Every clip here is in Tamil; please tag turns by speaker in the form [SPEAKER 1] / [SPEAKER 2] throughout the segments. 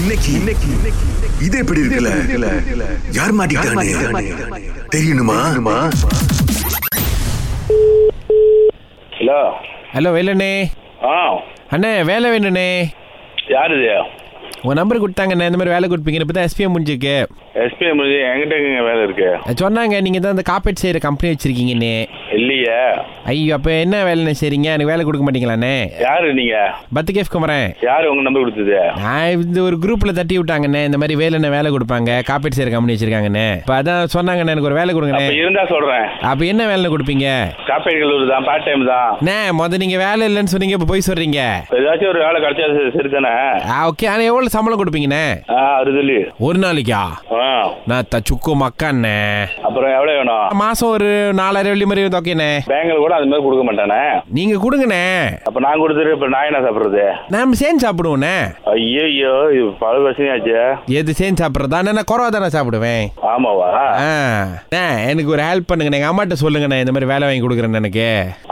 [SPEAKER 1] இன்னைக்கு இன்னைக்கு இன்னைக்கு- இது எப்படி இருக்குல்ல யார் மாட்டிக்கிட்டானே தெரியணுமா
[SPEAKER 2] ஹலோ
[SPEAKER 3] ஹலோ வேலண்ணே
[SPEAKER 2] ஆ
[SPEAKER 3] அண்ணே வேலை வேணுண்ணே
[SPEAKER 2] யார் இது
[SPEAKER 3] உங்கள் நம்பர் கொடுத்தாங்கண்ணே இந்த மாதிரி வேலை கொடுப்பீங்க இப்போ தான் எஸ்பிஎம் முடிஞ்சிருக்கு
[SPEAKER 2] எஸ்பி முடிஞ்சு எங்கிட்ட எங்க வேலை இருக்கு
[SPEAKER 3] சொன்னாங்க நீங்கள் தான் அந்த காப்பீட் செய்கிற கம்பெனி வச்சுருக்கீங்கண்ணே
[SPEAKER 2] இல்லையே
[SPEAKER 3] ஐயோ அப்போ என்ன வேலைண்ணே செய்றீங்க எனக்கு வேலை கொடுக்க மாட்டீங்களாண்ணே
[SPEAKER 2] யாரு நீங்க
[SPEAKER 3] பத்துகேஃப் குமரன்
[SPEAKER 2] யார் உங்க நம்பர் கொடுத்தது
[SPEAKER 3] நான் இந்த ஒரு குரூப்பில் தட்டி விட்டாங்கண்ணே இந்த மாதிரி வேலைண்ணே வேலை கொடுப்பாங்க காப்பீட் செய்கிற கம்பெனி வச்சுருக்காங்கண்ணே இப்போ அதான் சொன்னாங்கண்ணே எனக்கு ஒரு வேலை கொடுங்கண்ணே
[SPEAKER 2] அப்ப இருந்தா சொல்றேன்
[SPEAKER 3] அப்போ என்ன வேலை கொடுப்பீங்க
[SPEAKER 2] காப்பேட் கல்லூரி தான் பார்ட் டைம் தான்
[SPEAKER 3] அண்ணே முத நீங்கள் வேலை இல்லைன்னு சொன்னீங்க இப்போ போய் சொல்கிறீங்க
[SPEAKER 2] இப்ப ஏதாச்சும் ஒரு வேலை கிடைச்சா சரி- சரிதானே
[SPEAKER 3] ஓகே ஆனால் எவ்வளோ சம்பளம் கொடுப்பீங்கண்ணே
[SPEAKER 2] ஆ அறுதலி
[SPEAKER 3] ஒரு நாளைக்கா
[SPEAKER 2] ஆ
[SPEAKER 3] நான் தச்சுக்கோ மக்காண்ணே
[SPEAKER 2] அப்புறம் எவ்வளவு வேணும்
[SPEAKER 3] மாசம் ஒரு நாலாயிரம் வெள்ளி மாதிரி தொக்கைண்ணே
[SPEAKER 2] பேங்க்ல கூட அது மாதிரி கொடுக்க மாட்டானே
[SPEAKER 3] நீங்க கொடுங்கண்ணே
[SPEAKER 2] அப்ப நான் கொடுத்துட்டு இப்ப நான் என்ன சாப்பிடுறது
[SPEAKER 3] நாம சேர்ந்து சாப்பிடுவோண்ணே
[SPEAKER 2] ஐயோ இது பல பிரச்சனையாச்சு
[SPEAKER 3] எது சேர்ந்து சாப்பிட்றதா நான் குறவா தானே சாப்பிடுவேன்
[SPEAKER 2] ஆமாவா
[SPEAKER 3] ஆ அண்ணே, எனக்கு ஒரு ஹெல்ப் பண்ணுங்கண்ணே எங்கள் அம்மாட்ட சொல்லுங்கண்ணே இந்த மாதிரி வேலை வாங்கி கொடுக்குறேன்னு எனக்கு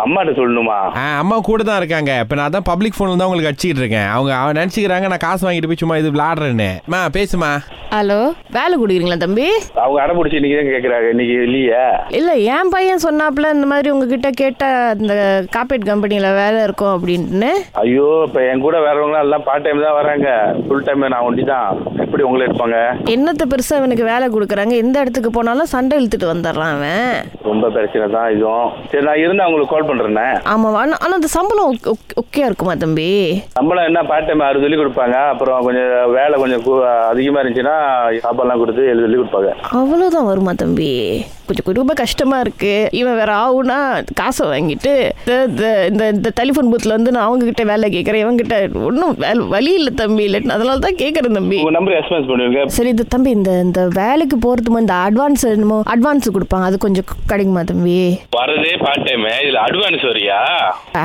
[SPEAKER 2] அம்மாட்ட சொல்லணுமா
[SPEAKER 3] ஆ அம்மா கூட தான் இருக்காங்க இப்போ நான் தான் பப்ளிக் ஃபோனில் தான் உங்களுக்கு அடிச்சிக்கிட்டு இருக்கேன் அவங்க அவன் நினச்சிக்கிறாங்க நான் காசு வாங்கிட்டு போய் சும்மா இது விளாடுறேன்னு அம்மா பேசுமா
[SPEAKER 4] ஹலோ வேலை கொடுக்குறீங்களா தம்பி
[SPEAKER 2] அவங்க அடைப்பிடிச்சி இன்னைக்கு தான் கேட்கறாங்க இன்னைக்கு இல்லையே
[SPEAKER 4] இல்லை என் பையன் சொன்னாப்புல இந்த மாதிரி உங்ககிட்ட கேட்ட இந்த காப்பேட் கம்பெனியில் வேலை இருக்கும் அப்படின்ட்டு
[SPEAKER 2] ஐயோ இப்ப என் கூட வரவங்களாம் எல்லாம் பார்ட் டைம் தான் வராங்க ஃபுல் டைம் நான் ஒண்டி தான் எப்படி உங்களை எடுப்பாங்க
[SPEAKER 4] என்னத்தை பெருசாக இவனுக்கு வேலை கொடுக்குறாங்க எந்த இடத்துக்கு போனாலும் சண்டை இழுத்துட்டு வந்துடுறான் அவன்
[SPEAKER 2] ரொம்ப பிரச்சனை தான் இதுவும் சரி நான் இருந்தா உங்களுக்கு கால் பண்றேனே
[SPEAKER 4] ஆமாம் ஆனால் ஆனால் அந்த சம்பளம் ஓகேயா இருக்குமா தம்பி
[SPEAKER 2] நம்மளும் என்ன பார்ட் டைம் ஆறு சொல்லி கொடுப்பாங்க அப்புறம் கொஞ்சம் வேலை கொஞ்சம் கூ- அதிகமா இருந்துச்சுன்னா சாப்பாடுலாம் கொடுத்து எழுதி சொல்லி கொடுப்பாங்க
[SPEAKER 4] அவ்வளோதான் வருமா தம்பி கொஞ்சம் கொஞ்சம் ரொம்ப கஷ்டமாக இருக்குது இவன் வேற ஆகுனா காசை வாங்கிட்டு இந்த- இந்த- இந்த இந்த டெலிஃபோன் பூத்தில் வந்து நான் அவங்கக்கிட்ட வேலை கேட்குறேன் இவங்ககிட்ட ஒன்றும் வேலை வழி இல்லை தம்பி இல்லைன்னு அதனால தான் கேட்குறேன் தம்பி
[SPEAKER 2] உங்க நம்பர் எக்ஸ்பென்ஸ் பண்ணுவீங்க
[SPEAKER 4] சரி இந்த தம்பி இந்த இந்த வேலைக்கு போகிறதுக்கு இந்த அட்வான்ஸ் என்னமோ அட்வான்ஸ் கொடுப்பாங்க அது கொஞ்சம் கிடைக்குமா தம்பி
[SPEAKER 2] வரதே பார்ட் டைம் இதுல அட்வான்ஸ் வரியா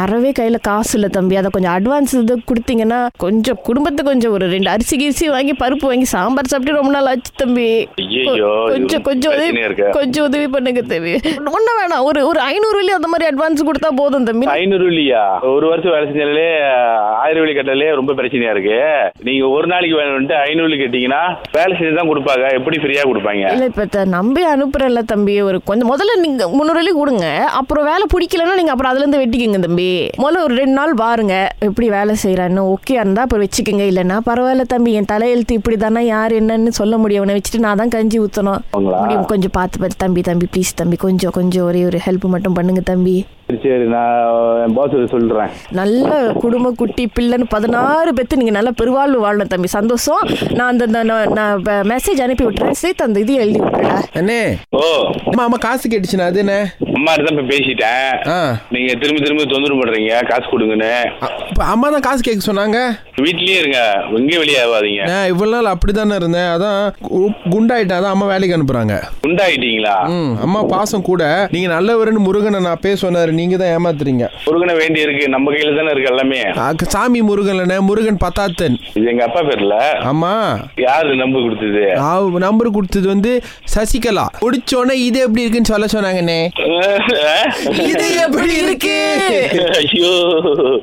[SPEAKER 4] அறவே கையில் காசு இல்லை தம்பி அதை கொஞ்சம் அட்வான்ஸ் இது கொடுத்தீங்கன்னா கொஞ்சம் குடும்பத்தை கொஞ்சம் ஒரு ரெண்டு அரிசி கிரிசி வாங்கி பருப்பு வாங்கி சாம்பார் சாப்பிட்டு ரொம்ப நாள் ஆச்சு தம்பி
[SPEAKER 2] ஐயையோ,
[SPEAKER 4] கொ-
[SPEAKER 2] இது
[SPEAKER 4] கொஞ்சம் கொஞ்சம் உதவி
[SPEAKER 2] பிரச்சனையா இருக்கே.
[SPEAKER 4] கொஞ்சம் உதவி பண்ணுங்க தம்பி ஒன்றும் வேணாம் ஒரு ஒரு ஐநூறு வெள்ளி அந்த மாதிரி அட்வான்ஸ் கொடுத்தா போதும் தம்பி
[SPEAKER 2] ஐநூறு இல்லையா ஒரு வருஷம் வேலை செஞ்சாலே ஆயிரம் வழி கட்டலே ரொம்ப பிரச்சனையா இருக்கு நீங்க ஒரு நாளைக்கு வேணும்ட்டு ஐநூறு கேட்டீங்கன்னா வேலை செஞ்சு தான் கொடுப்பாங்க எப்படி ஃப்ரீயா கொடுப்பாங்க
[SPEAKER 4] இல்லை இப்போ த நம்பி அனுப்புறேன்ல தம்பி ஒரு கொஞ்சம் முதல்ல நீங்கள் முந்நூறுலி கொடுங்க அப்புறம் வேலை பிடிக்கலன்னா நீங்கள் அப்புறம் அதுலேருந்து வெட்டிக்கங்க தம்பி முதல்ல ஒரு ரெண்டு நாள் பாருங்க எப்படி வேலை செய்கிறான்னு ஓகே இருந்தால் அப்புறம் வச்சுக்கோங்க இல்லைன்னா பரவாயில்ல தம்பி என் தலையெழுத்து இப்படி தானே யார் என்னன்னு சொல்ல முடியவனை வச்சுட்டு நான் தான் கஞ்சி ஊற்றணும்
[SPEAKER 2] அவங்களா?
[SPEAKER 4] முடியும் கொஞ்சம் பார்த்து பார்த்து தம்பி தம்பி ப்ளீஸ் தம்பி கொஞ்சம் கொஞ்சம் ஒரே ஒரு ஹெல்ப் மட்டும் பண்ணுங்க தம்பி
[SPEAKER 2] சரி சரி நான் என் பாஸ் சொல்றேன்
[SPEAKER 4] நல்ல குடும்ப குட்டி பிள்ளைன்னு பதினாறு பேத்து நீங்கள் நல்லா பெருவாழ்வு வாழணும் தம்பி சந்தோஷம் நான் அந்த அந்த- நான்- நான் மெசேஜ் அனுப்பி விட்டுறேன் சேர்த்து அந்த இது எழுதி விட்டுறேன்
[SPEAKER 3] அண்ணே
[SPEAKER 2] ஓ
[SPEAKER 3] அம்மா அம்மா காசு கேட்டுச்சுண்ணா அது என்ன
[SPEAKER 2] அம்மா தான் போய் பேசிட்டேன்
[SPEAKER 3] ஆ.
[SPEAKER 2] நீங்க திரும்பி திரும்பி தொந்தரவு பண்றீங்க காசு கொடுங்கன்னு
[SPEAKER 3] இப்போ அம்மா தான் காசு கேட்க சொன்னாங்க
[SPEAKER 2] வீட்லயே இருங்க எங்கேயும் வெளியே ஆகாதீங்க
[SPEAKER 3] நான் இவ்வளோ நாள் அப்படி தானே இருந்தேன் அதான் கு- குண்டாயிட்டேன் அதான் அம்மா வேலைக்கு அனுப்புகிறாங்க
[SPEAKER 2] உண்டாயிட்டீங்களா
[SPEAKER 3] ம் அம்மா பாசம் கூட நீங்க நல்லவர்னு முருகனை நான் பேச சொன்னாரு நீங்க தான் ஏமாத்துறீங்க
[SPEAKER 2] முருகனை வேண்டி இருக்கு நம்ம கையில தானே இருக்கு எல்லாமே
[SPEAKER 3] அக்க- சாமி முருகன்லண்ணே முருகன் பத்தாத்தன்
[SPEAKER 2] இது எங்க அப்பா பேர்ல
[SPEAKER 3] ஆமா
[SPEAKER 2] யாரு நம்ப கொடுத்தது
[SPEAKER 3] நம்பர் கொடுத்தது வந்து சசிகலா முடிச்சோடனே இது எப்படி இருக்குன்னு சொல்ல சொன்னாங்கண்ணே இது எப்படி இருக்கு
[SPEAKER 2] ஐயோ